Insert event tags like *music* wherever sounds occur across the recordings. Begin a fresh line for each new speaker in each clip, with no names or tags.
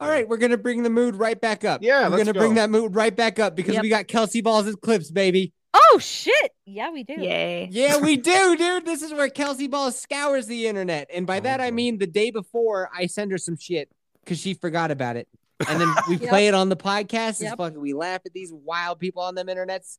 All right, we're gonna bring the mood right back up.
Yeah,
we're
let's
gonna bring
go.
that mood right back up because
Yep.
we got Kelsey Balls and clips,
*laughs*
baby.
Oh shit! Yeah, we do.
Yay.
Yeah, we do, dude. This is where Kelsey Balls scours the internet, and by that I
Mhm.
mean the day before I send her some shit because she forgot about it, and then we
*laughs* Yep.
play it on the podcast. And
Yep.
fucking, we laugh at these wild people on them internets.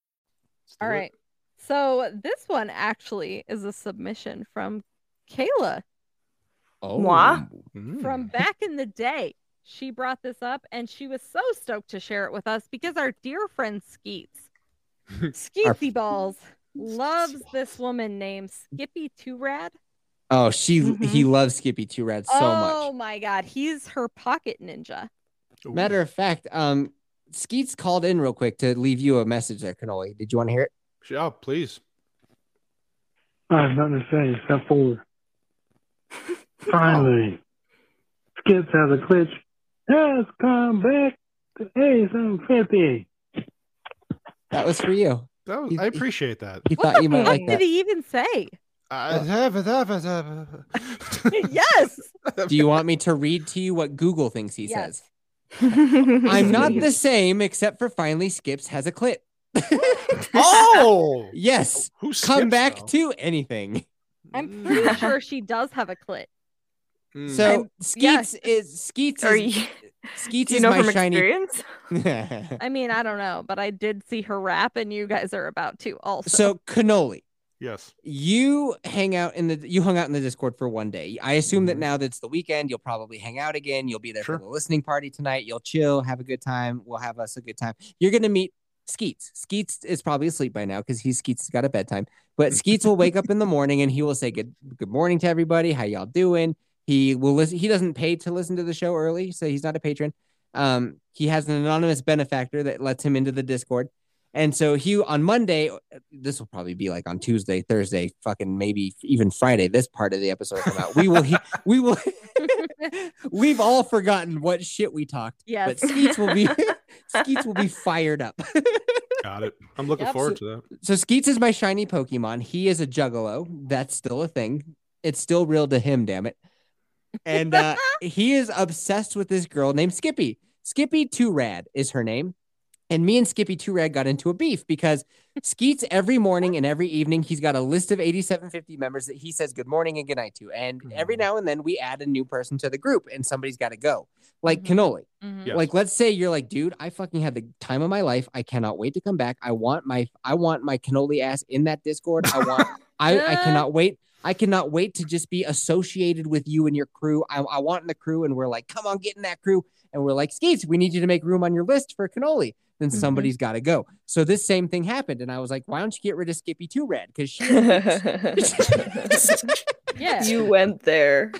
Let's do
All
it.
right. So this one actually is a submission from Kayla
Oh,
Moi?
Mm.
Hmm.
from back in the day. She brought this up and she was so stoked to share it with us because our dear friend
*laughs*
Skeets, Skeetsy Balls, loves this woman named Skippy Two Rad.
oh, she
Mhm.
he loves Skippy Two Rad so much.
Mm-hmm. oh my god, he's her pocket ninja.
Ooh.
Matter of fact, um, Skeets called in real quick to leave you a message there, Cannoli. Did you want to hear it?
Yeah, please.
I have nothing to say
*laughs*
except for
Oh.
finally, Skips has a glitch. Has come back to A750.
That was for you.
That was,
He-
I
he-
appreciate that.
He
What
thought
the
you might
fuck
like
did
that.
he
*laughs*
even say?
I have it, have it, have it.
yes.
*laughs*
Do you want me to read to you what Google thinks he
Yes.
says?
*laughs*
I'm not the same except for finally Skips has a *laughs* clit.
*laughs* oh,
Yes.
who's
Come back to anything.
Mm.
I'm pretty sure she does have a clit.
Hmm.
*laughs* So
yeah.
Skeets is Skeets
Are
is
you,
Skeets
*laughs* do you
is
know
my
from
shiny.
experience?
*laughs*
I mean, I don't know, but I did see her rap, and you guys are about to
*laughs*
also.
So Cannoli.
yes.
you hang out in the you hung out in the discord for one day i assume that
Mhm.
now that's the weekend you'll probably hang out again you'll be there
Sure.
for the listening party tonight you'll chill have a good time we'll have us a good time you're gonna meet skeets skeets is probably asleep by now because he skeets has got a bedtime but skeets will wake up in the morning and he will say good good morning to everybody how y'all doing he will listen he doesn't pay to listen to the show early so he's not a patron um he has an anonymous benefactor that lets him into the discord and so he on Monday, this will probably be like on Tuesday, Thursday, fucking maybe even Friday. This part of the episode will come out. We will, he, we will, *laughs* we've all forgotten what shit we talked,
yes,
but Skeets will be, Skeets will be fired up.
Got it. I'm looking
Yep.
forward to that.
so Skeets is my shiny Pokemon. He is a Juggalo. That's still a thing. It's still real to him, damn it. And uh, he is obsessed with this girl named Skippy. Skippy Two Rad is her name. And me and Skippy Two Rad got into a beef because Skeets every morning and every evening he's got a list of 8750 members that he says good morning and good night to. And every
Mhm.
now and then we add a new person to the group and somebody's got to go. Like
Mhm.
Cannoli.
Mhm.
Yeah.
Like, let's say you're like, dude, I fucking had the time of my life. I cannot wait to come back. I want my I want my cannoli ass in that Discord. I want I I cannot wait. I cannot wait to just be associated with you and your crew. I, I want in the crew, and we're like, come on, get in that crew. And we're like, Skeets, we need you to make room on your list for cannoli. Then
Mhm.
somebody's got to go. So this same thing happened, and I was like, why don't you get rid of Skippy Two Red? Because
*laughs*
she, *laughs*
yeah.
you went there.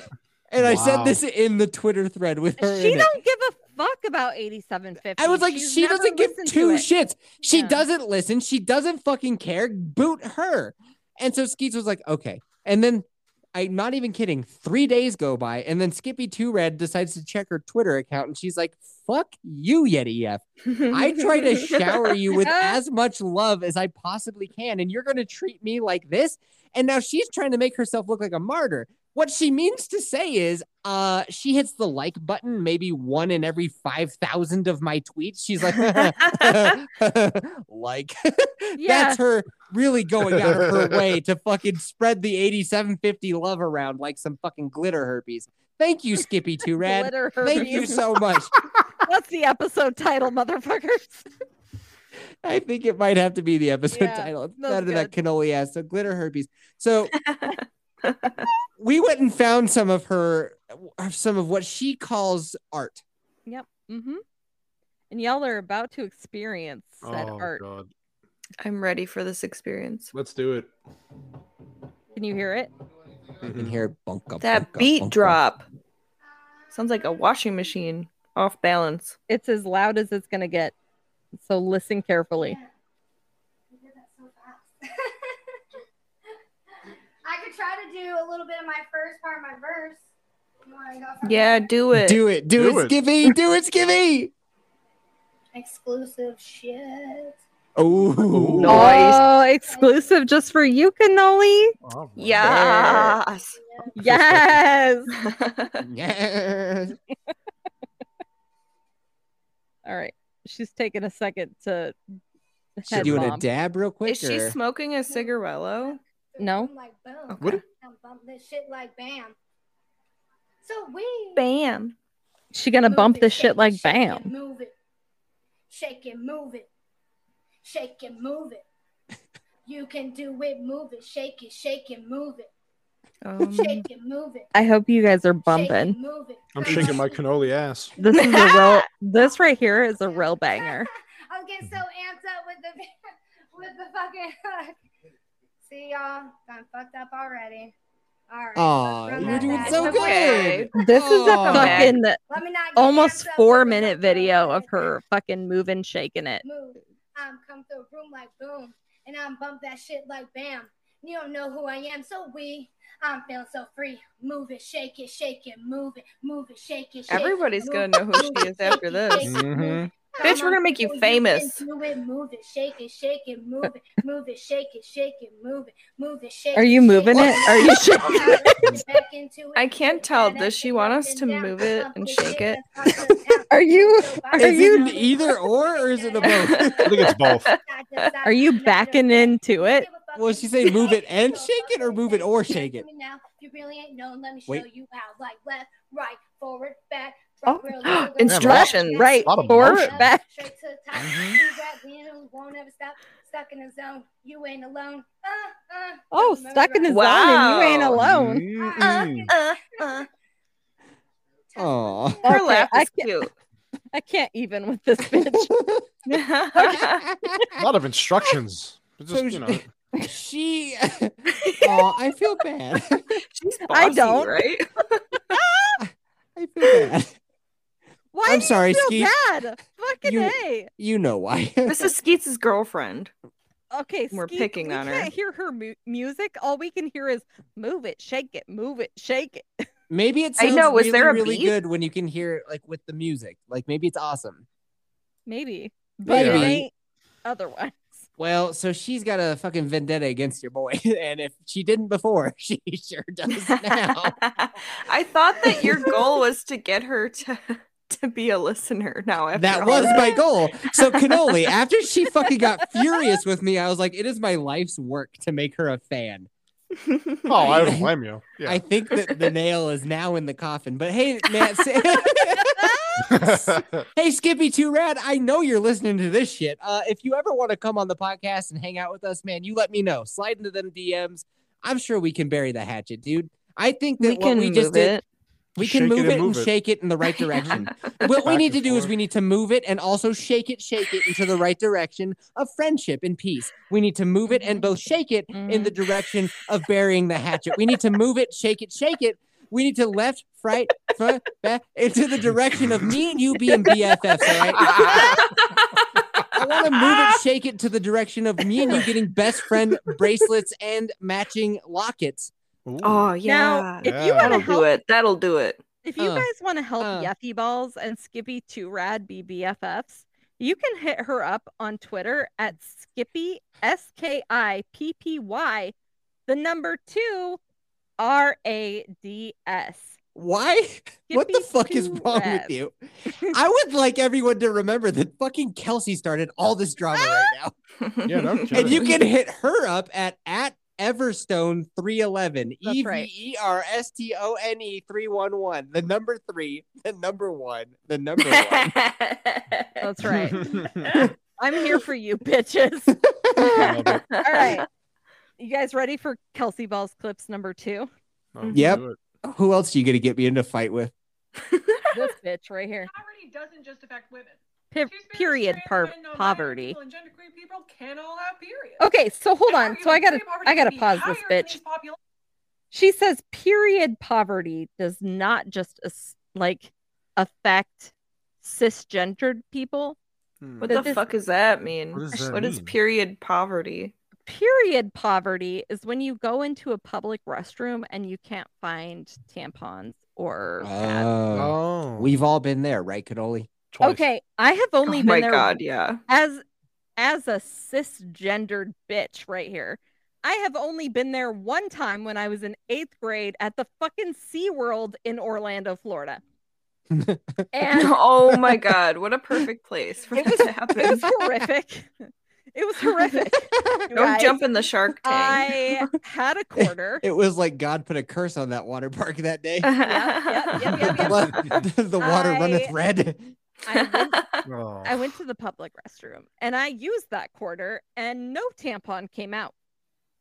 and I said
Wow.
this in the Twitter thread with her.
she
in it.
don't give a fuck about eighty-seven fifty.
I was like, she doesn't give two shits. She
No.
doesn't listen. She doesn't fucking care. Boot her. And so Skeets was like, okay. And then I'm not even kidding. Three days go by, and then Skippy Two Red decides to check her Twitter account, and she's like, "Fuck you, Yeti F.
*laughs*
I try to shower you with as much love as I possibly can, and you're gonna treat me like this." And now she's trying to make herself look like a martyr. What she means to say is, uh, she hits the like button maybe one in every five thousand of my tweets. She's like, *laughs* like *laughs*
Yeah,
that's her really going out of her way to fucking spread the 8750 love around like some fucking glitter herpes. Thank you, Skippy Two Rad.
glitter
Thank you
*laughs* herpes.
so much.
That's the episode title, motherfuckers.
I think it might have to be the episode
Yeah,
title. It's
that's
Out of that cannoli ass, so glitter herpes. So we went and found some of her, uh, some of what she calls art.
Mm-hmm. And y'all are about to experience that
oh
art.
god,
*laughs* I'm ready for this experience.
let's do
*laughs*
it. Mm-hmm.
Can you hear it?
You can hear bunka,
That
bunka,
beat
bunka.
drop. Sounds like a washing machine off balance.
It's as loud as it's going to get. So listen carefully.
You did that so fast. *laughs* I could try to do a little bit of my first part of my verse. You want to go from
Yeah, do it.
Do it, do,
Do
it,
it.
Skivvy, do it, Skivvy.
exclusive shit?
Oh,
No. Nice.
Oh, exclusive just for you,
*laughs*
Cannoli.
All right.
Yes.
Yes.
yes.
All right. She's taking a second to.
She
head
doing a
bomb.
dab real quick.
Is she
or-
smoking a cigarello?
No.
I'm like, boom.
What?
I'm bump this shit like bam. So we.
Bam.
She gonna
Move
bump
it,
this
shake
shit
it,
like
shake It,
bam.
move it. Shake it, move it. Shake it, move it. You can do it, move it. Shake it, shake it, move it.
*laughs* Um,
Shake it, move it.
I hope you guys are
Shake it,
bumping.
move it.
I'm shaking my cannoli ass.
This is *laughs* a real. This right here is a real
*laughs*
banger.
I'm getting so amped up with the *laughs* with the fucking. See y'all, I'm fucked up already. All right.
Aw,
let's run
you're
that
doing
back.
so
It's
good.
okay.
This is a
Aw.
fucking
Let me not get amped
almost
up
four
with the
minute
fucking-
video of her fucking moving, shaking it.
Move. I'm come through a room like boom, and I'm bump that shit like bam. You don't know who I am, so we. I'm feeling so free. Move it, shake it, shake it, move it, move it, shake it. Shake
Everybody's
it,
gonna
move it,
know who
move
she
it,
is after
shake
this.
it, shake it, move it.
Bitch, we're gonna make you
Come on,
famous.
you can Do it, move it, shake it, shake it, move it, move it, shake it, shake it, move it, move it, shake it.
Are you moving
shake
it? Are you shaking? it?
it?
I can't tell. Does she want us to move it and shake it?
Are you- are
Is
you-
it either or, or is it
*laughs*
a both?
I think
*laughs*
it's both.
Are you backing into it?
Well, she say move it and shake it or move it or shake it?
Now, if you really ain't known, let me show
Wait.
you how. Like left, right, forward, back.
Oh. *gasps*
right, really, really,
Instructions.
Right,
lot of
forward,
motion.
back.
Straight to the top.
Mhm.
Keep that wheel, Won't ever stop. Stuck in the zone. You ain't alone. Uh, uh.
Oh,
Remember
stuck in
that.
his zone and you ain't
Wow.
alone.
Mm-mm.
Uh, uh.
Mm-hmm. Aw.
Her
Okay,
laugh
I
is cute.
I can't even with this *laughs* bitch.
*laughs*
A lot of instructions. It's Just,
So
you know,
*laughs*
she- she. *laughs* Aw, I feel bad. *laughs*
She's bossy,
I don't.
right?
I feel bad.
Why
I'm
do
sorry,
you feel
Skeet.
bad? Fucking
You-
A.
You know why?
*laughs*
*laughs*
This is Skeets' girlfriend.
Okay,
We're
Skeet,
picking
we
on her.
can't hear her mu- music. All we can hear is move it, shake it, move it, shake it.
Maybe it
I
sounds
know, was
really,
there a
really
beat?
good when you can hear it like with the music. Like maybe it's awesome.
Maybe, but it
Maybe.
ain't otherwise.
Well, so she's got a fucking vendetta against your boy, *laughs* and if she didn't before, *laughs* she sure does now.
I thought that your goal was to get her to *laughs* to be a listener now *laughs* after
that
all
was
this.
my goal. So
*laughs*
Cannoli, after she fucking got furious with me, I was like, it is my life's work to make her a fan.
*laughs*
oh, I don't blame you. Yeah.
I think that the nail is now in the coffin. But
*laughs*
hey, Matt, *laughs*
*laughs*
hey Skippy Two Rad, I know you're listening to this shit. Uh, if you ever want to come on the podcast and hang out with us, man, you let me know. Slide into them DMs. I'm sure we can bury the hatchet, dude. I think that
we
what
can
we
move
just did,
it.
we can
Shake it
move it,
and
and
move it.
shake it in the
*laughs*
right
*laughs*
direction. what we
Back
need to
and
do is
forth.
we need to move it and also shake it, shake it into the right direction of friendship and peace. We need to move it and both shake it in the direction of burying the hatchet. We need to move it, shake it, shake it. We need to left, right, front, back into the direction of me and you being BFFs. All right, I want to move
*laughs*
it, shake it to the direction of me and you getting best friend bracelets and matching lockets.
*laughs* Ooh.
oh
Now,
yeah.
if you
Yeah.
want to
That'll
help,
do it. That'll do it.
if you
Uh,
guys want to help
uh.
Yuffie Balls and Skippy Two Rad be BFFs, you can hit her up on Twitter at Skippy S K I P P Y, the number two R A D S.
Why? What the
Skippy
fuck is
two
wrong
rad.
with you? I would like everyone to remember that fucking Kelsey started all this drama right now.
Yeah,
*laughs*
no
And you
kidding. *laughs*
can *laughs* hit her up at at Everstone 311 E
That's
V
right.
E R S T O N E 311 the number 3 the number 1 the
*laughs*
number 1
That's
*laughs*
That's right. *laughs*
Oh,
I'm here for you,
*laughs*
bitches.
*laughs* Love it.
All *laughs* right. You guys ready for Kelsey Balls clips number two?
Oh,
Yep.
do it.
Who else are you going to get me into a fight with?
This bitch right here.
Poverty doesn't just affect women.
Pe-
Two-spirit,
period
straight
par-
men, non-binary
poverty.
people, and genderqueer people can all have periods.
Okay, so hold on.
How
So I
you gonna
gotta
say poverty
I gotta
can be
pause
higher
this
than
bitch.
these popula-
She says period poverty does not just as- like affect cisgendered people.
What
But
the
this-
fuck does that mean?
What does that
what is
mean?
period poverty?
Period poverty is when you go into a public restroom and you can't find tampons or pads.
Oh,
Oh,
we've all been there, right, Cadoli?
twice.
Okay, I have only
oh
been
my
there
god, yeah.
as as a cisgendered bitch right here. I have only been there one time when I was in eighth grade at the fucking SeaWorld in Orlando, Florida. and
*laughs*
*laughs*
oh my god, what a perfect place for
It
that
was-
to happen.
it
*laughs*
was horrific. It was horrific.
Don't
guys.
jump in the shark tank.
I had a quarter.
It was like God put a curse on that water park that day.
*laughs* yep, yep,
*laughs*
yep,
the
*laughs*
wa- the water
I-
runneth red.
I went,
Oh.
I went to the public restroom and I used that quarter and no tampon came out.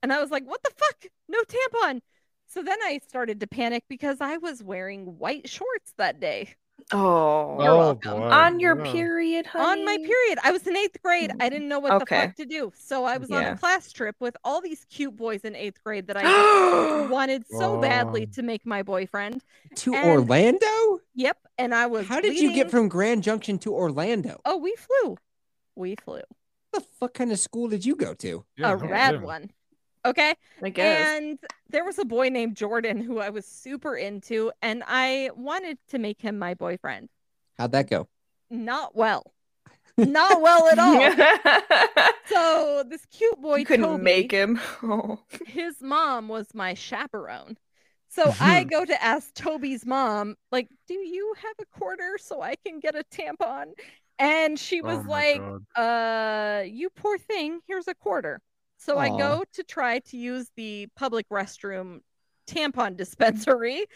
And I was like, what the fuck? No tampon. So then I started to panic because I was wearing white shorts that day
oh,
You're
oh
welcome.
boy.
on your
no.
period, honey.
on my period. I was in eighth grade. I didn't know what
Okay.
the fuck to do. So I was on
Yeah.
a class trip with all these cute boys in eighth grade that
*gasps*
I wanted so badly
Wow.
to make my boyfriend.
To
And-
Orlando?
Yep. And I was.
How did you
leading-
get from Grand Junction to Orlando?
Oh, we flew. We flew.
What the fuck kind of school did you go to?
Yeah,
a
no
rad
kidding.
one. Okay.
I guess.
And there was a boy named Jordan who I was super into, and I wanted to make him my boyfriend.
How'd that go?
Not well. Not well at
*laughs*
all. So this cute boy
you couldn't
Toby,
make him. *laughs* Oh.
his mom was my chaperone.
*laughs*
So I go to ask Toby's mom, like, do you have a quarter so I can get a tampon? And she
Oh
was
my
like, *laughs*
God.
uh you poor thing here's a quarter so i
Aw.
go to try to use the public restroom tampon *laughs* dispensary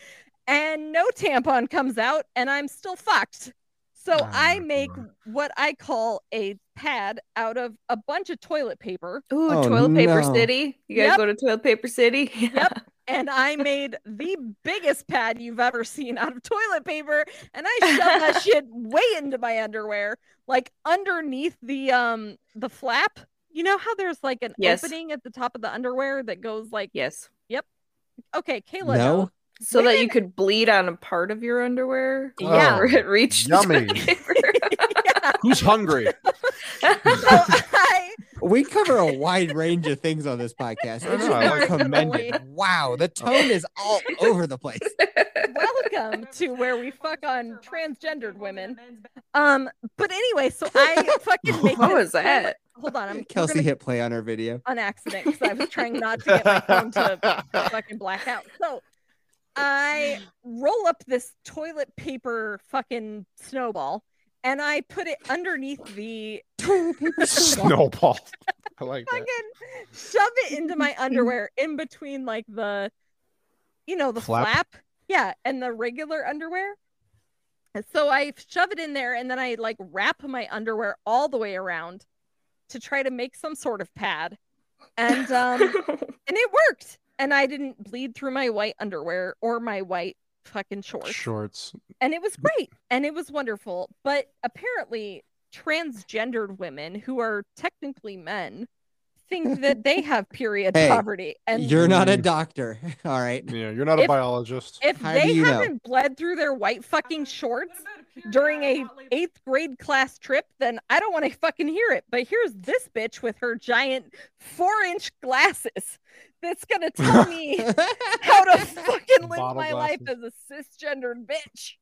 and no tampon comes out and i'm still fucked so
Oh
i
my
make
God.
what i call a pad out of a bunch of toilet paper
Ooh,
Oh,
toilet paper
no.
city. You guys
Yep.
go to toilet paper city. *laughs*
Yep. and i made the biggest pad you've ever seen out of toilet paper and i shoved
*laughs*
that shit way into my underwear like underneath the um the flap you know how there's like an
Yes.
opening at the top of the underwear that goes like
yes.
okay,
No?
Kayla. knows.
So that you could bleed on a part of your underwear.
Yeah.
before It reached the
Yummy.
toilet *laughs* paper.
*laughs*
Who's hungry?
So I,
We cover a wide range of things on this podcast.
I
It
know,
should
I
be
like-
commended. Wow, the tone is all over the place.
*laughs*
welcome to where we fuck on transgendered women. Um, but anyway, so I fucking make
*laughs* what
this
was that?
Hold
Um,
on, I'm we're
Kelsey
gonna-
hit play on her video.
on accident because I was trying not to get my phone to fucking black out. So I roll up this toilet paper fucking snowball and I put it underneath the
*laughs*
*laughs*
Snowball. I like that.
fucking shove it into my underwear in between like the you know the
Flap?
flap, yeah and the regular underwear And so i shove it in there and then i like wrap my underwear all the way around to try to make some sort of pad and um and
*laughs*
it worked and i didn't bleed through my white underwear or my white fucking shorts
Shorts.
and it was great and it was wonderful but apparently transgendered women who are technically men think
*laughs*
that they have period
Hey,
poverty and
You're not a
Mm.
doctor. *laughs* All
*laughs*
right.
Yeah, you're not a
If-
biologist.
if
How
they
do you know?
haven't bled through their white fucking shorts during a eighth grade class trip then i don't want to fucking hear it but here's this bitch with her giant four inch glasses that's
*laughs*
gonna tell me *laughs* how to fucking live
Bottle
my life as
glasses.
a cisgendered bitch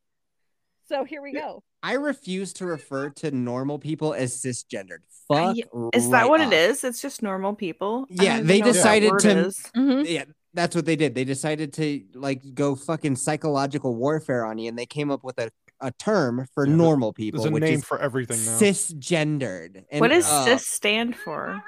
so here we go
I refuse to refer to normal people as cisgendered. Fuck.
Is that what
off.
it is? It's just normal people. I
Yeah,
don't even
they
know what that
decided
word
to-
is.
Mm-hmm.
Yeah, that's what they did. They decided to like go fucking psychological warfare on you, and they came up with a, a term for
Yeah, there-
normal
There's
people,
a
which
name
is
for everything now.
cisgendered. And,
What does
uh,
cis stand for?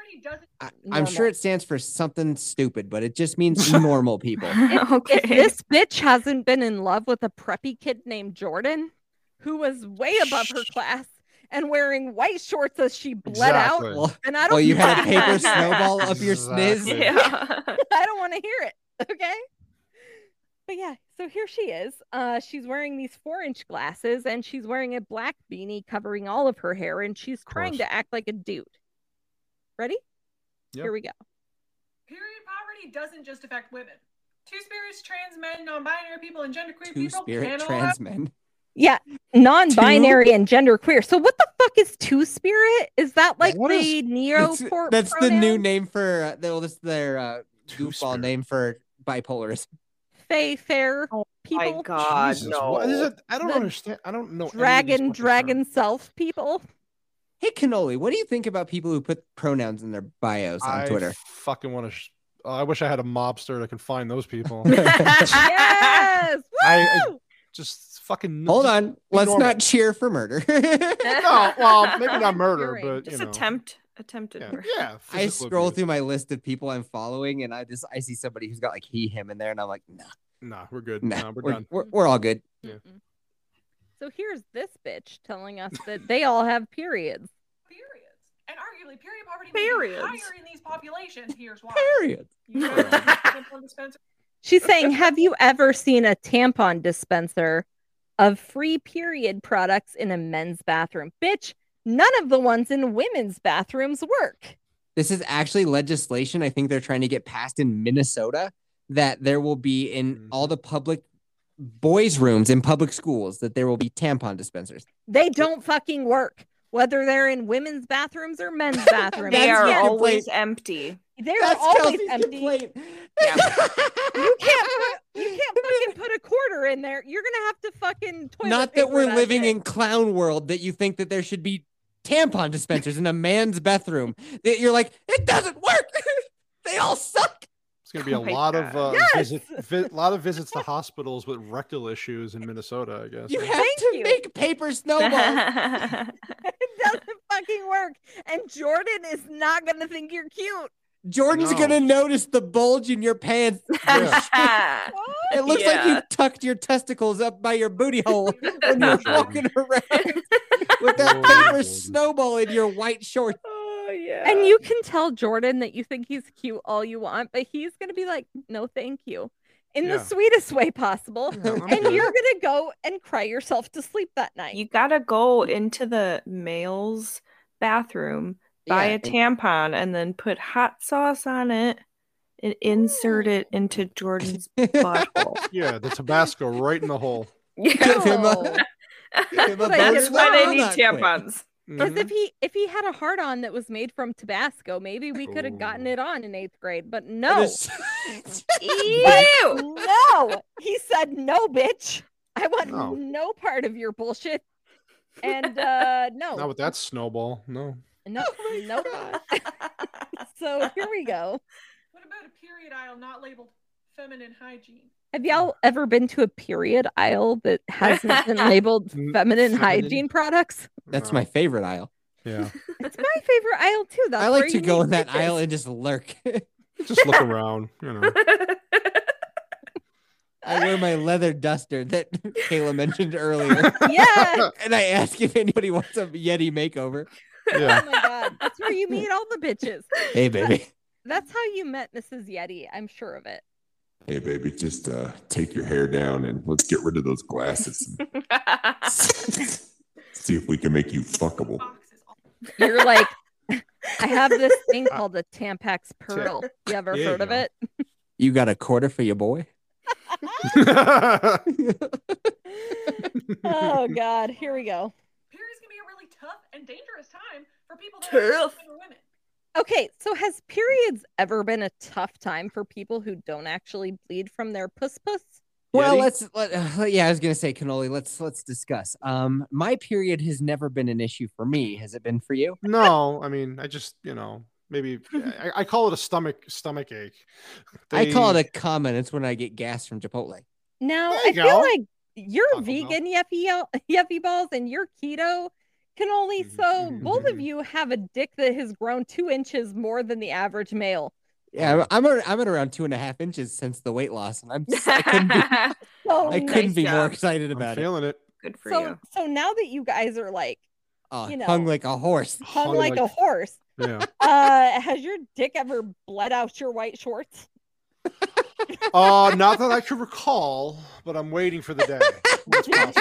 I, I'm sure
Normal.
it stands for something stupid, but it just means normal people.
*laughs*
*laughs* okay.
If this bitch hasn't been in love with a preppy kid named Jordan, who was way above her class and wearing white shorts as she bled out,
exactly.
Well,
and I don't,
well, you had a
fucking
paper
*laughs* wanna hear it.
snowball up your sniz.
Exactly.
yeah. *laughs*
I don't want to hear it. Okay. But yeah, so here she is. Uh, she's wearing these four inch glasses and she's wearing a black beanie covering all of her hair and she's trying
course.
to act like a dude. Ready?
Yep.
Here we go.
Period poverty doesn't just affect women. Two spirits, trans men, non binary people, and genderqueer
Two
people
spirit
can all
trans
have
men.
Yeah, non-binary and gender queer. So what the fuck is two spirit? Is that like
What is-
the neo?
It's- that's the new name for uh, the- well, that's their uh, goofball
Two-spirit.
name for bipolarism.
Fey fair
Oh My
people,
God,
Jesus,
no.
what is it? I don't
The
understand. I don't know. any of these
dragon,
fucking
dragon self
*laughs*
people.
Hey, Cannoli, what do you think about people who put pronouns in their bios
terms.
on
I *laughs*
Twitter? *laughs*
fucking want to. Sh- oh, I wish I had a mobster that can find
*laughs*
those people.
Yes,
I-
Woo!
just fucking.
Hold
just-
on, let's
normal.
not cheer for murder.
*laughs*
*laughs*
No, well,
*laughs*
maybe not murder,
Hearing.
but you
Just
know.
attempt, attempted.
Yeah,
murder.
yeah
I
physical
scroll
abuse.
through my list of people I'm following, and I just I see somebody who's got like he him in there, and I'm like, nah,
Nah, we're good.
nah,
Nah, we're,
we're,
done.
we're, we're all good.
Yeah.
Mm-mm. So here's this bitch telling us that they all have periods.
Periods. And arguably, period poverty
Periods.
may be higher in these populations. Here's why.
Period.
You know, tampon dispenser-
*laughs*
She's saying, Have you ever seen a tampon dispenser of free period products in a men's bathroom? Bitch, none of the ones in women's bathrooms work.
This is actually legislation I think they're trying to get passed in Minnesota that there will be in
Mhm.
all the public boys' rooms in public schools that there will be tampon dispensers.
They don't fucking work, whether they're in women's bathrooms or
*laughs*
men's bathrooms.
They
That's
are
Kelly's
always
complaint.
empty.
They're
That's
always
Kelsey's
empty.
complaint.
Yeah.
You can't put,
*laughs*
you can't fucking put a quarter in there. You're gonna have to fucking toilet
Not that
paper
we're living
shit.
in clown world that you think that there should be tampon dispensers in a man's bathroom. That you're like, it doesn't work. *laughs* they all suck.
It's gonna be a
Oh my
lot of uh,
God.
visit,
*laughs*
vi- lot of visits to hospitals with rectal issues in Minnesota. I guess.
You
Yeah.
have
Thank
to
you.
make paper snowballs.
*laughs*
That's
*laughs* it doesn't fucking work. And Jordan is not gonna think
*laughs*
you're cute.
Jordan's
No.
gonna notice the bulge in your
*laughs*
pants.
Yeah.
It looks like you
Yeah.
tucked your testicles up by your booty
*laughs*
hole when
No,
you're
Jordan.
walking around with that
No,
paper
Jordan.
snowball in your white shorts.
Oh, yeah.
And you can tell Jordan that you think he's cute all you want, but he's gonna be like, no, thank you, in
Yeah.
the sweetest way possible.
Yeah, I'm
And
*laughs*
good.
you're gonna go and cry yourself to sleep that night.
*laughs* You gotta go into the male's bathroom, buy a tampon, and then put hot sauce on it and insert it into
*laughs*
Jordan's butthole.
yeah, the Tabasco right in the
*laughs*
hole.
Give
Yeah.
him
No.
a, give him a bone
Like,
That's
it's why
why
swallow
they need
that quick.
tampons.
Because
Mhm.
if he if he had a heart on that was made from Tabasco, maybe we could have gotten
Ooh.
it on in eighth grade. But
That
no,
is- *laughs*
*laughs* Ew!
*laughs* no, he said no, bitch. I want
No.
no, part of your bullshit. And uh
Oh.
no,
Not with that snowball. No.
no, no.
God.
So here we go.
What about a period aisle not labeled feminine hygiene?
Have y'all ever been to a period aisle that hasn't been *laughs* labeled
Mm,
feminine,
feminine.
hygiene products?
That's
No.
my favorite aisle.
*laughs*
Yeah.
It's my favorite aisle too. That's
I
where
like to
you
go
meet
in that
bitches.
aisle and just lurk. *laughs*
Just look around. You know.
I wear *laughs* my leather duster *laughs* that Kayla mentioned earlier,
*laughs* Yeah.
*laughs* and I ask if anybody wants a Yeti makeover.
*laughs*
Yeah. *laughs*
Oh my god. That's where you meet all the bitches.
Hey, baby.
That's how you met Mrs. Yeti. I'm sure of it.
Hey, baby, just uh, take your hair down and let's get rid of those glasses. and see if we can make you fuckable.
Boxes. all-
You're like, I have this
*laughs*
thing called a Tampax Pearl. You ever
There you
heard of
go.
it?
You got a quarter for your boy? *laughs*
oh god, here we go.
Periods can be a really tough and dangerous time for people that
Tough.
are men or women.
Okay, so has periods ever been a tough time for people who don't actually bleed from their puss puss?
Well,
Yeti?
let's let, uh, yeah, I was gonna say cannoli. Let's let's discuss. Um, my period has never been an issue for me. Has it been for you?
no, I mean, I just you know maybe I, I call it a stomach stomach ache.
I call it a common. It's when I get gas from Chipotle.
Now
There you
I
go.
feel like you're
Taco Bell.
vegan *laughs* yuffie yuffie balls and you're keto cannoli,
Mhm,
so both of
mhm.
you have a dick that has grown two inches more than the average male.
Yeah, I'm I'm at, I'm at around two and a half inches since the weight loss, and I'm I couldn't *laughs* be,
So
I couldn't
nice
be more
job.
excited
I'm
about it.
feeling it.
Good for
so
*laughs*
you.
so now that you guys are like
Oh,
you know.
hung like a *laughs* horse.
hung
Hung
like, a
like-
horse,
Yeah.
uh, *laughs* has your dick ever bled out your white shorts?
Uh, not that I can recall, but I'm waiting for the day. when it's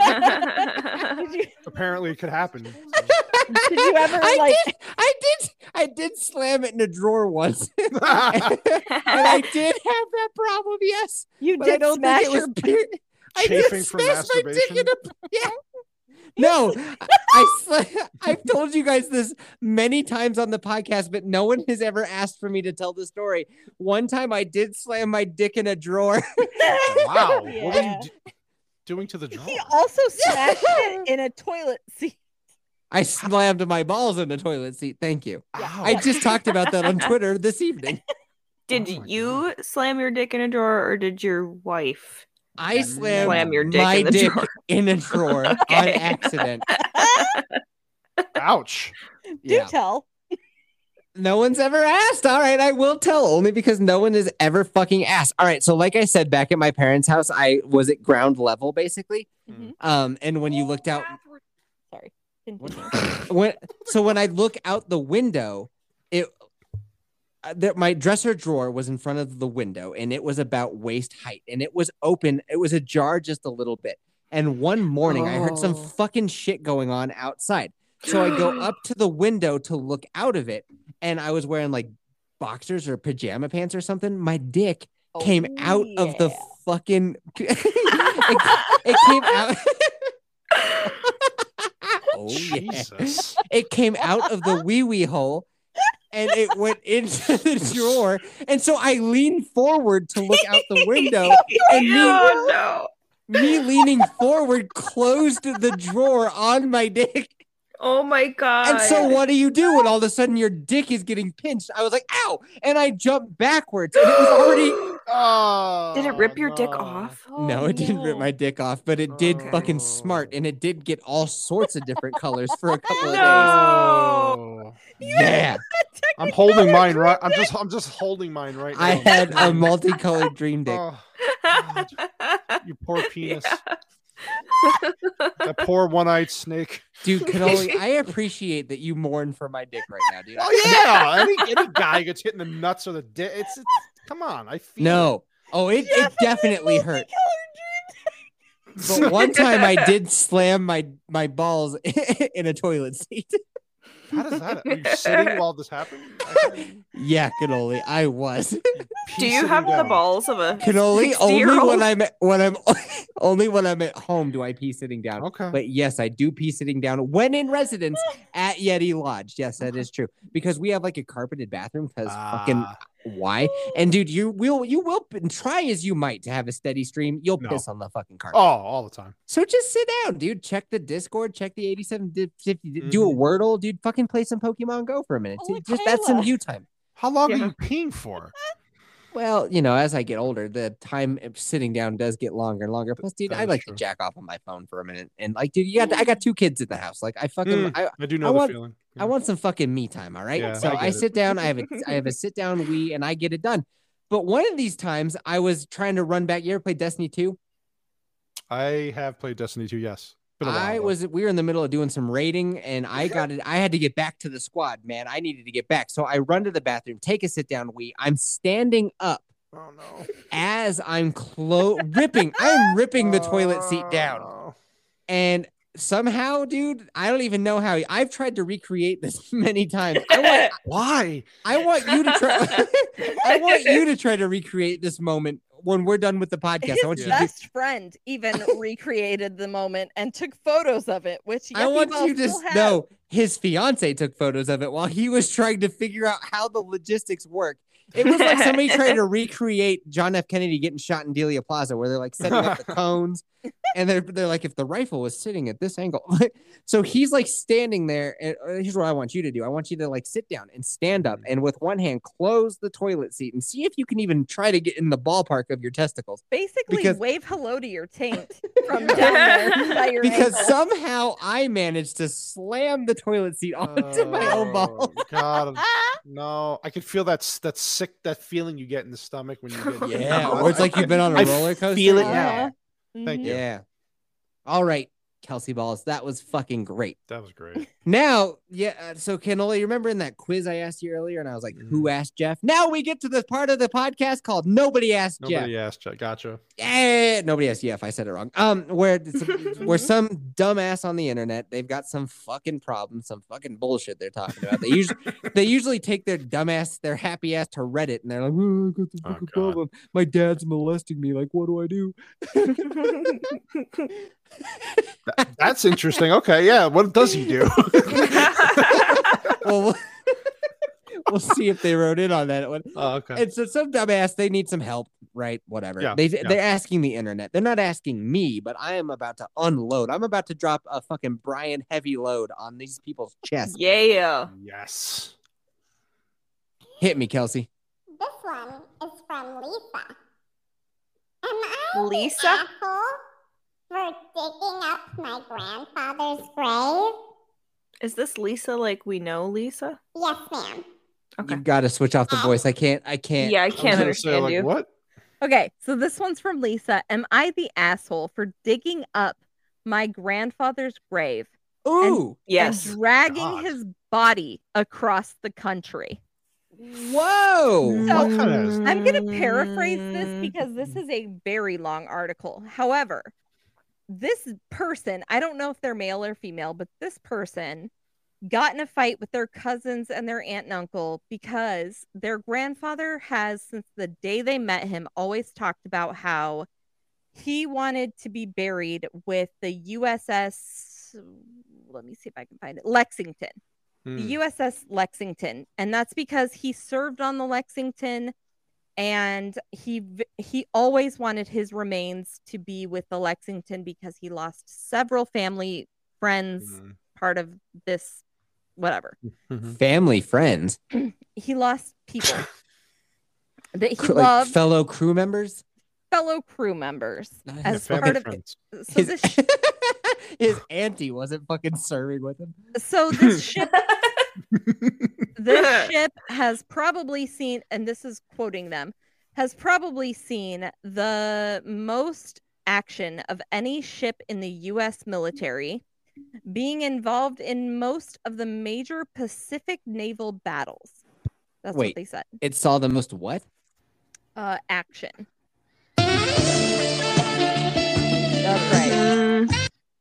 possible.
Did you
Apparently, it could happen.
did you ever
I
like?
did, I did, I did slam it in a drawer
*laughs*
once, *laughs*
*laughs*
and I did have that problem. Yes,
You
but I
did
don't think *laughs*
smash
it was.
your.
Peri-
chafing from
smashed my dick
masturbation.
in a- *laughs*
*laughs*
Yeah. No, I, I swear- *laughs* I've told you guys this many times on the podcast, but no one has ever asked for me to tell the story. One time I did slam my dick in a drawer.
Wow, what were you
Yeah.
do- doing to the drawer?
*laughs* He
*laughs*
also smashed it in a toilet seat.
I slammed my balls in the toilet seat. Thank you.
Ow.
I just talked about that on Twitter this evening.
Did
Oh my
you slam your dick in a drawer or did your wife
I slammed
slam your dick
my
in the
dick *laughs*
drawer?
in a
*laughs*
drawer on
Okay. *laughs*
accident.
Ouch.
Do
Yeah.
tell.
No one's ever asked. All right, I will tell only because no one has ever fucking asked. All right, so like I said, back at my parents' house, I was at ground level basically.
Mm-hmm.
Mhm.
Um, and when you looked out,
Bathroom.
Sorry. Didn't
What-
mean-
when so when I look out the window, it uh, there, my dresser drawer was in front of the window, and it was about waist height, and it was open. It was ajar just a little bit. And one morning, I heard some
Oh.
fucking shit going on outside. So I go up to the window to look out of it, and I was wearing like boxers or pajama pants or something. My dick
Oh,
came out of *laughs* the
yeah. *laughs*
fucking. it, it came out. *laughs* oh yeah!
*laughs*
Jesus.
It came out of the wee wee hole, and it went into *laughs* the drawer. And so I leaned forward to look out the window, and me
*laughs* Oh, no.
me leaning forward closed the drawer on my dick.
Oh my god.
And so what do you do when all of a sudden your dick is getting pinched? I was like, ow! And I jumped backwards and it was
*gasps*
already
Oh,
Did it rip your dick
no.
off?
No, it didn't rip my dick off, but it did
Oh.
fucking smart and it did get all sorts of different colors for a
*laughs*
couple of
No.
days. Yeah.
Oh. I'm holding mine right. I'm just I'm just holding mine right now.
I had
*laughs*
a
Damn.
multicolored dream dick.
Oh,
*laughs*
God. you poor penis. That poor one-eyed snake.
Dude, could
*laughs*
only I appreciate that you mourn for my dick right now, dude.
Oh yeah, any, any guy gets hit in the nuts or the dick. It's, it's come on. I feel
No. Oh, it, it definitely hurt. But
*laughs*
one time I did slam my my balls *laughs* in a toilet seat.
How does that? Are you sitting while this happened?
*laughs*
Yeah, cannoli, I was.
Do you have the balls
*laughs*
of a
Cannoli only
60-year-old?
when I'm at- when I'm *laughs* only when I'm at home do I pee sitting down.
Okay.
But yes, I do pee sitting down when in
*laughs*
residence at Yeti Lodge. Yes, that is true because we have like a carpeted bathroom. Because fucking
Uh-huh. Ah.
why? And dude, you will you will p- try as you might to have a steady stream. You'll
No.
piss on the fucking carpet.
Oh, all the time.
So just sit down, dude. Check the Discord. Check the eighty-seven di- fifty. Do a
Mhm.
Wordle, dude. Fucking play some Pokemon Go for a minute.
Oh,
dude. Just that's some
Kayla.
you time.
How long
Yeah.
are you peeing for?
Well, you know, as I get older, the time of sitting down does get longer and longer. Plus, dude,
that
I
is
like
true. Mm-hmm.
to jack off on my phone for a minute, and like, dude, you got I got two kids in the house. Like, I fucking
Mm.
I,
I do know
I
the
want-
feeling.
I want some fucking me time, all right?
Yeah,
so
I
I,
get it.
sit down, I
*laughs*
have a I have a sit down wee and I get it done. But one of these times I was trying to run back. You ever played Destiny 2?
I have played Destiny 2, yes. Been a while,
I
though.
was we were in the middle of doing some raiding and
*laughs*
I got it. I had to get back to the squad, man. I needed to get back. So I run to the bathroom, take a sit down wee. I'm standing up
Oh no.
as I'm clo ripping. I'm ripping the toilet seat
*laughs*
down.
Oh.
And somehow, dude, I don't even know how I've tried to recreate this *laughs* many times. I want
Why?
I want you to try. *laughs* I want you to try to recreate this moment when we're done with the podcast.
His
I want you. To,
best friend even recreated the moment and took photos of it, which
I
Yuppie
want
Balls
you to
still
s-
has.
know his fiance took photos of it while he was trying to figure out how the logistics work. It was like somebody trying to recreate John F. Kennedy getting shot in Delia Plaza, where they're like setting up the cones, and they're they're like, if the rifle was sitting at this angle, *laughs* so he's like standing there. And uh, here's what I want you to do: I want you to like sit down and stand up, and with one hand close the toilet seat, and see if you can even try to get in the ballpark of your testicles.
Basically,
because-
wave hello to
*laughs*
your taint from down there by your
because
ankle.
somehow I managed to slam the toilet seat *laughs* onto my own ball.
Oh, *laughs* God, I'm-
Ah,
*laughs*
no! I can feel that s- that sick that feeling you get in the stomach when you *laughs* get
Yeah, or it's like you've been on a
I
Uh-huh.
roller coaster.
feel it
Yeah.
now. Thank
mhm.
you.
Yeah. All right. Kelsey Balls. That was fucking great.
That was great.
Now, yeah. uh, So, Canola, you remember in that quiz I asked you earlier, and I was like,
Mm-hmm.
"Who asked Jeff?" Now we get to the part of the podcast called "Nobody Asked Jeff."
Nobody asked. Jeff. Gotcha.
Yeah, nobody asked Jeff. I said it wrong. Um, where
*laughs*
it's, where some dumbass on the internet, they've got some fucking problem, some fucking bullshit they're talking about. They
*laughs*
usually they usually take their dumbass, their happy ass to Reddit, and they're like, "Oh, I got this
Oh,
fucking
God.
problem. My dad's molesting me. Like, what do I do?"
That- that's interesting. Okay, yeah. What does
*laughs*
he do? *laughs*
Well, *laughs* we'll- we'll see if they wrote in on that one.
oh, okay.
And so some dumbass, they need some help, right? Whatever.
Yeah,
they
yeah.
they're asking the internet. They're not asking me, but I am about to unload. I'm about to drop a fucking Brian heavy load on these people's chests.
*laughs* yeah.
Yes.
Hit me, Kelsey.
This one is from Lisa. Am I
Lisa?
the asshole for Uh-huh. digging up my grandfather's grave?
Is this Lisa like we know Lisa?
Yes, ma'am.
Okay.
You've got to switch off the voice. I can't. I can't.
Yeah, I
I was
can't
gonna say,
understand
like,
you.
What?
Okay, so this one's from Lisa. Am I the asshole for digging up my grandfather's grave
Ooh.
*laughs*
Yes. *laughs*
and dragging
God.
his body across the country?
Whoa.
So-
what kind of?
I'm going to paraphrase this
Mm.
because this is a very long article. However, this person, I don't know if they're male or female, but this person got in a fight with their cousins and their aunt and uncle because their grandfather has, since the day they met him, always talked about how he wanted to be buried with the USS. Let me see if I can find it. Lexington
Hmm.
the USS Lexington, and that's because he served on the Lexington, and he v- he always wanted his remains to be with the Lexington because he lost several family friends
Mm-hmm.
Mhm.
part of this whatever
Mhm.
Family, friends,
he lost people
*coughs*
that he
cr- like
loved
fellow crew members.
fellow crew members
Nice.
Mm-hmm. Yeah,
as
family
part of
friends.
so
his,
this sh-
*laughs* his auntie wasn't fucking serving with him.
so
*laughs*
this ship this ship has probably seen and this is quoting them has probably seen the most action of any ship in the US military being involved in most of the major Pacific naval battles that's
Wait.
what they said
It saw the most what?
uh action
*laughs*
that's right
Mm,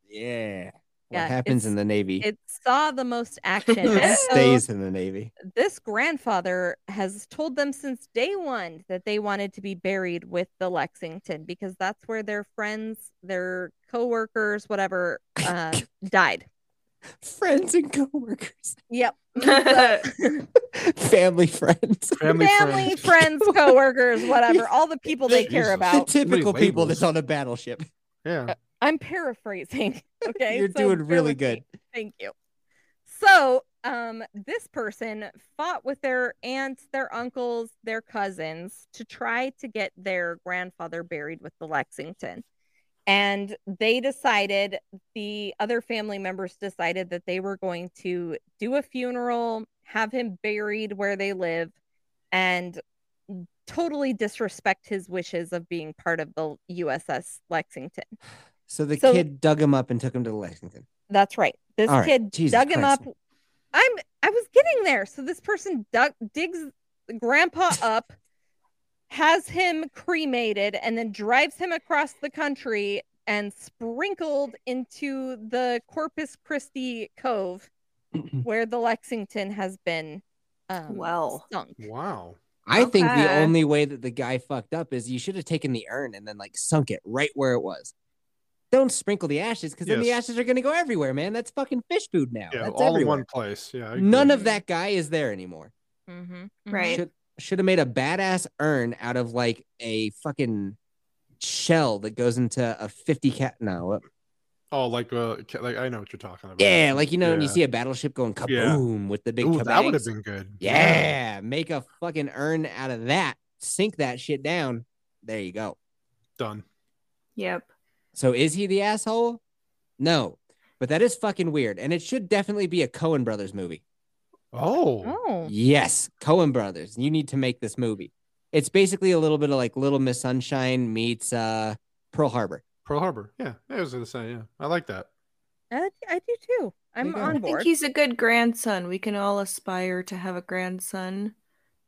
Yeah. What
Yeah,
happens
it's-
in the Navy
it saw the most
*laughs*
action and so-
stays in the Navy.
this grandfather has told them since day one that they wanted to be buried with the Lexington because that's where their friends, their coworkers, whatever,
*laughs*
uh, died.
Friends and coworkers, *laughs*
Yep.
family friends.
Family,
Family,
friends. *laughs*
friends, coworkers, whatever, all the people they care
The
Jesus.
about.
typical
many
people
labels?
that's on a battleship.
Yeah.
I'm paraphrasing. *laughs* Okay.
You're
so
doing
bear
really
with me.
good.
Thank you. So, um, this person fought with their aunts, their uncles, their cousins to try to get their grandfather buried with the Lexington. And they decided, the other family members decided that they were going to do a funeral, have him buried where they live, and totally disrespect his wishes of being part of the USS Lexington.
So the
So-
kid dug him up and took him to Lexington.
That's right. This
All right.
kid
Jesus
dug him
Christ.
up. I'm I was getting there. So this person dug digs grandpa up, has him cremated, and then drives him across the country and sprinkled into the Corpus Christi
*clears throat*
Cove where the Lexington has been um,
Well.
sunk.
Wow.
I think the
Okay.
only way that the guy fucked up is you should have taken the urn and then like sunk it right where it was. Don't sprinkle the ashes because then the
Yes.
ashes are gonna go everywhere, man. That's fucking fish food now.
Yeah.
That's
all
everywhere.
in one place. Yeah. I agree.
None of that guy is there anymore.
Mm-hmm.
Right.
Should should have made a badass urn out of like a fucking shell that goes into a fifty cat. No, uh, what-
Oh, like uh, ca- like I know what you're talking about.
yeah, like you know when you
Yeah.
see a battleship going
Yeah.
kaboom with the big.
Ooh, that would have
kabangs?
been good.
Yeah, make a fucking urn out of that. Sink that shit down. There you go.
Done.
yep.
So is he the asshole? No, but that is fucking weird, and it should definitely be a Cohen Brothers movie.
Oh.
Oh.
Yes, Cohen Brothers. You need to make this movie. It's basically a little bit of like Little Miss Sunshine meets uh Pearl Harbor.
Pearl Harbor. Yeah. I was gonna say. Yeah. I like that.
I, I do too. I'm
you go.
on
I
I think
board.
he's a good grandson. We can all aspire to have a grandson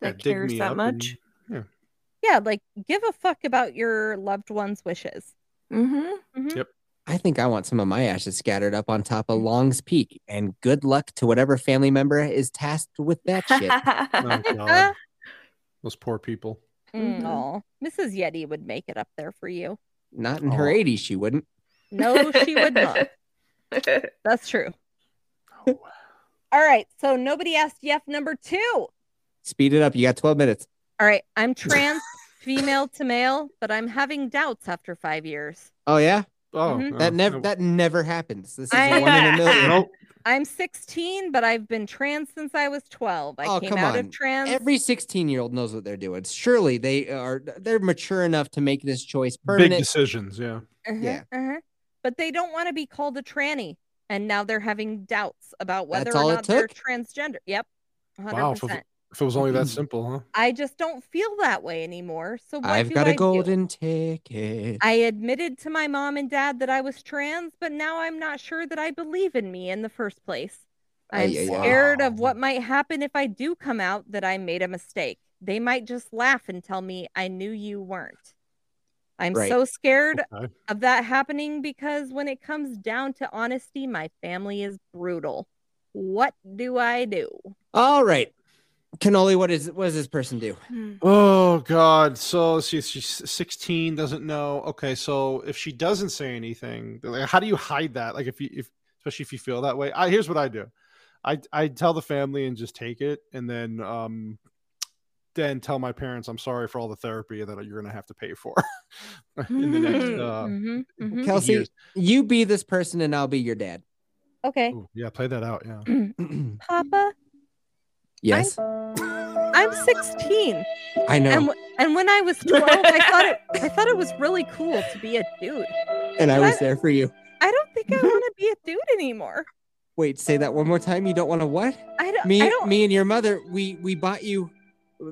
Yeah,
that
dig
cares
me
that
up
much.
Yeah, like give a fuck about your loved one's wishes.
hmm
I think I want some of my ashes scattered up on top
Mm.
of Long's Peak, and good luck to whatever family member is tasked
*laughs*
with that shit.
And, *laughs*
*laughs*
oh,
Mm-hmm.
God. Those poor people.
Mhm.
Aw. Mrs. Mm-hmm. Yeti would make it up there for you.
Not in her
Aw.
80s, she wouldn't.
No, she would not. That's true. All right. So nobody asked Yef number two.
Speed it up. You got 12 minutes.
All right. I'm
*laughs*
trans, female to male, but I'm having doubts after five years.
Oh yeah,
Oh,
Mhm.
no,
Mm-hmm.
that never
no.
that never happens. This is
I-
a one in a million.
*laughs*
Nope.
I'm 16, but I've been trans since I was 12. I
Oh,
came
come
out
on.
of trans.
Every 16 year old knows what they're doing. Surely they are they're mature enough to make this choice
Big
permanent.
decisions. Yeah.
Uh-huh,
yeah.
uh-huh. But they don't want to be called a tranny. And now they're having doubts about whether
That's all
or
it
not they're
took?
transgender. Yep. 100%.
Wow, for- If it was
Mm-hmm.
only that simple, huh?
I just don't feel that way anymore. So what
I've
do
got
I
a
do?
golden ticket.
I admitted to my mom and dad that I was trans, but now I'm not sure that I believe in me in the first place. I'm
Ay, ay, ay.
scared of what might happen if I do come out that I made a mistake. They might just laugh and tell me I knew you weren't. I'm
Right.
so scared
Okay.
of that happening because when it comes down to honesty, my family is brutal. What do I do?
All right, Cannoli, what is what does this person do?
Oh God! So let's see, she's sixteen, doesn't know. Okay, so if she doesn't say anything, like, how do you hide that? Like if you, if especially if you feel that way, I here's what I do. I I tell the family and just take it, and then um, then tell my parents I'm sorry for all the therapy that you're gonna have to pay for *laughs* in the next. Uh,
Mhm, mhm.
Kelsey,
years.
you be this person, and I'll be your dad. *clears throat*
Okay.
Ooh, yeah, play that out. Yeah.
Papa,
yes,
I'm 16.
I know,
And, w- and when I was 12, I thought it I thought it was really cool to be a dude.
and I was
what?
there for you.
I don't think I want to be a dude anymore.
Wait, say that one more time. You don't want to what?
I don't I
Me,
don't
me, and your mother. We we bought you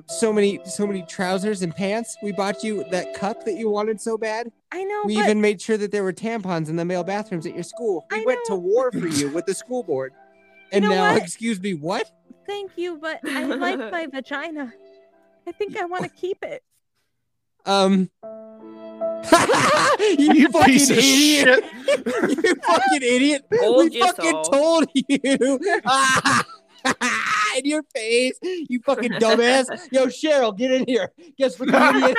so many so many trousers and pants. We bought you that cup that you wanted so bad.
I know
We
but
even made sure that there were tampons in the male bathrooms at your school. We
I
went
know.
to war for you with the school board. And
know
now,
what?
excuse me, what?
thank you, but
*laughs*
I like my vagina. I think I want to keep it.
Um. *laughs* *laughs* you fucking
*laughs* Piece of
idiot! *laughs*
shit. *laughs*
you fucking idiot!
Told
we
you
fucking
so.
told you. *laughs* Ah, in your face, you fucking dumbass!
*laughs*
Yo, Cheryl, get in here. Guess what, you idiot?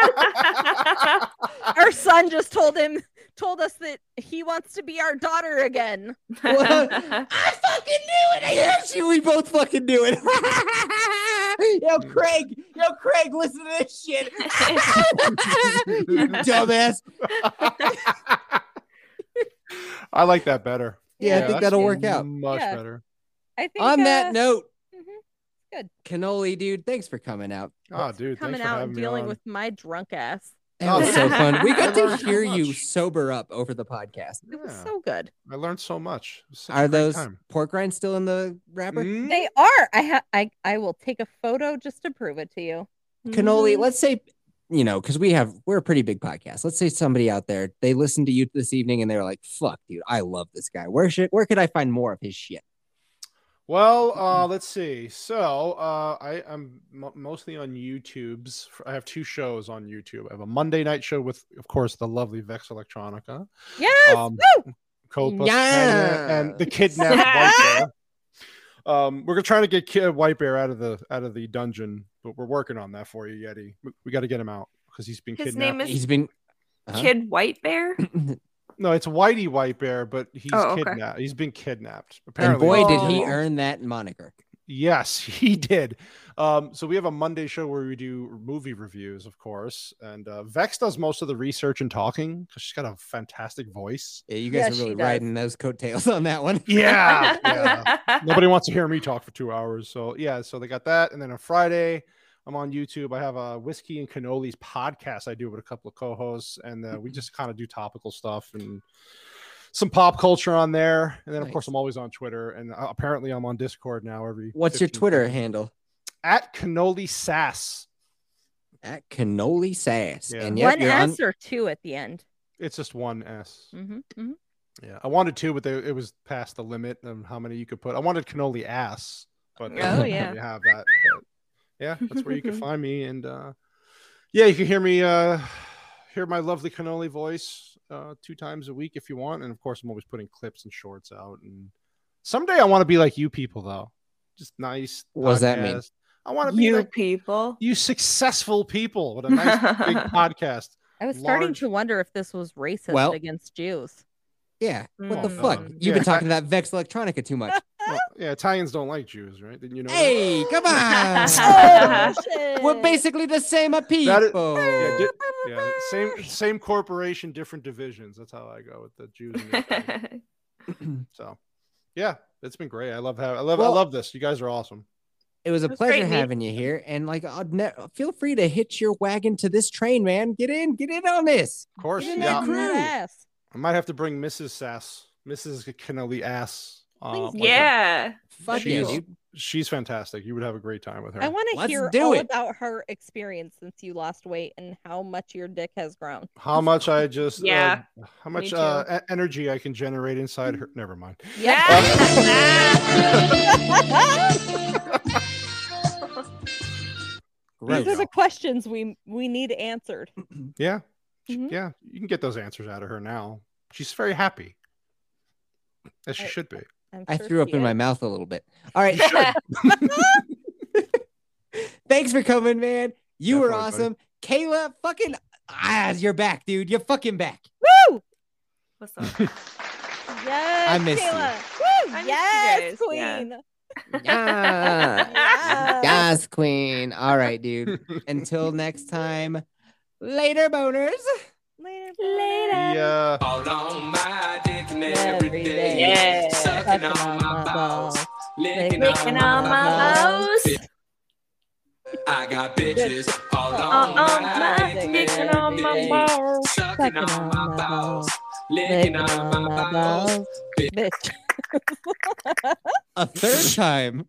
Our son just told him told us that he wants to be our daughter again.
Oh,
*laughs*
I fucking knew it. I actually, we both fucking knew it. *laughs* yo, Craig. Yo, Craig, listen to this shit. *laughs* you
*laughs*
dumbass.
I like that better.
Yeah, I
Yeah,
think
that's
that'll work out.
Much
Yeah.
better.
I think
On that
uh,
note,
mhm, good.
Cannoli, dude, thanks for coming out.
Oh, dude,
coming
thanks for
out
having
and
me
dealing
on.
with my drunk ass.
That was so fun. We got
Oh, *laughs* I
to
learned so
hear you
much.
sober up over the podcast.
It was
Yeah.
so good.
I learned so much. It was such a
Are
great
those
time.
pork rinds still in the wrapper?
Mm,
They are. I ha- I I will take a photo just to prove it to you.
Cannoli, let's say, you know, because we have, we're a pretty big podcast. Let's say somebody out there, they listened to you this evening and they were like, fuck, dude, I love this guy. Where should, where could I find more of his shit?
Well,
*laughs*
uh, let's see. So uh, I, I'm mo mostly on YouTube's. f- I have two shows on YouTube. I have a Monday night show with, of course, the lovely Vex Electronica,
Yes.
um,
woo!
Copa,
Yeah.
and, and the
*laughs*
kidnapped White Bear. Um, we're gonna try to get Kid White Bear out of the out of the dungeon, but we're working on that for you, Yeti. We, we got to get him out because he's been
His
kidnapped.
name is-
He's been, Huh?
Kid
*laughs*
White Bear?
No, it's Whitey White Bear, but he's
Oh, okay.
kidnapped. He's been kidnapped.
and
Apparently,
boy,
Oh.
did he earn that moniker.
Yes, *laughs* he did. Um, so we have a Monday show where we do movie reviews, of course, and uh, Vex does most of the research and talking because she's got a fantastic voice.
Yeah, you guys
Yes,
are really
she does.
riding those coattails on that
*laughs*
one.
Yeah, yeah.
*laughs*
Nobody wants to hear me talk for two hours, so yeah. So they got that, and then on Friday, I'm on YouTube. I have a whiskey and cannolis podcast I do with a couple of co-hosts, and uh,
Mm-hmm.
we just kind of do topical stuff and some pop culture on there. And then, of course,
Nice.
I'm always on Twitter, and uh, apparently, I'm on Discord now. Every
What's your
15
Twitter
seconds.
handle?
at cannoli sass.
At Cannoli Sass.
Yeah.
And yep,
One
you're
S
on.
or two at the end.
Mm-hmm,
It's just one S.
hmm hmm
Yeah, I wanted two, but they, it was past the limit of how many you could put. I wanted cannoli ass, but they *laughs*
Oh,
don't
yeah.
really have that. But, yeah, that's where you
*laughs*
can find me, and uh, yeah, you can hear me, uh, hear my lovely cannoli voice uh, two times a week if you want, and of course, I'm always putting clips and shorts out. And someday I want to be like you people, though, just nice.
What does that mean?
podcast. I want to be
You
like
people. *laughs*
you successful people with a nice big podcast.
I was starting
large-
to wonder if this was racist
Well-
against *laughs* Jews.
Yeah. What the
Mm.
fuck? You've
Yeah.
been talking to that Vex Electronica too much.
Well, yeah, Italians don't like Jews, right? Didn't you know? that?
hey, come on.
*laughs*
*laughs*
Oh,
We're basically the same people.
That is- Yeah, di- yeah, same same corporation, different divisions. That's how I go with the Jews. and the
*laughs*
Italians. so, yeah, it's been great. I love how I love I
Well-
love this. You guys are awesome.
It was a
It was
pleasure
great meeting
having you here. And like, I'll ne- feel free to hitch your wagon to this train, man. Get in, get in on this.
Of course,
Isn't
yeah.
that great? crew.
Yes.
I might have to bring Mrs. Sass, Mrs. Kennelly Ass. Uh,
Please
with her.
Yeah.
Fuck yeah,
She's-
dude.
she's fantastic. You would have a great time with her.
I want to
Let's
hear
do
all
it.
about her experience since you lost weight and how much your dick has grown.
how much I just
Yeah,
uh, how much
too.
uh, e- energy I can generate inside her. Never mind. *laughs*
Gross.
*laughs* These are the questions we we need answered.
Yeah. Sh-
Mhm.
Yeah. You can get those answers out of her now. She's very happy. As she
I-
should be.
I'm
I
sure
threw up
she
in my
is.
mouth a little bit. All right.
Yeah.
*laughs* Thanks for coming, man. You were
Definitely,
awesome. Kayla, fucking, ah, you're back, dude. You're fucking back.
Woo!
What's up?
Yes,
I miss you.
Kayla. Woo!
I miss you
yes,
guys, yeah.
Queen.
*laughs* Yeah.
Yes.
yes, queen. All right, *laughs* dude. Until next time. Later, boners.
Later. Um,
The, uh,
Every day.
Yeah.
Sucking on my balls. Licking
Licking on my bows.
I got bitches all
Oh,
on
oh,
my
my.
dick
Licking on my
every day.
balls.
Sucking
Sucking
on my balls,
Licking
licking on my balls.
Bitch.
A third *laughs* time.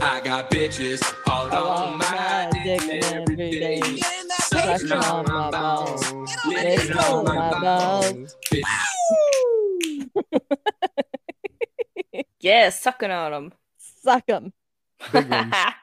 I got bitches all on my dick every day. Sucking on my balls, licking on my balls. *laughs*
Yeah, sucking on them.
Suck 'em.
big ones.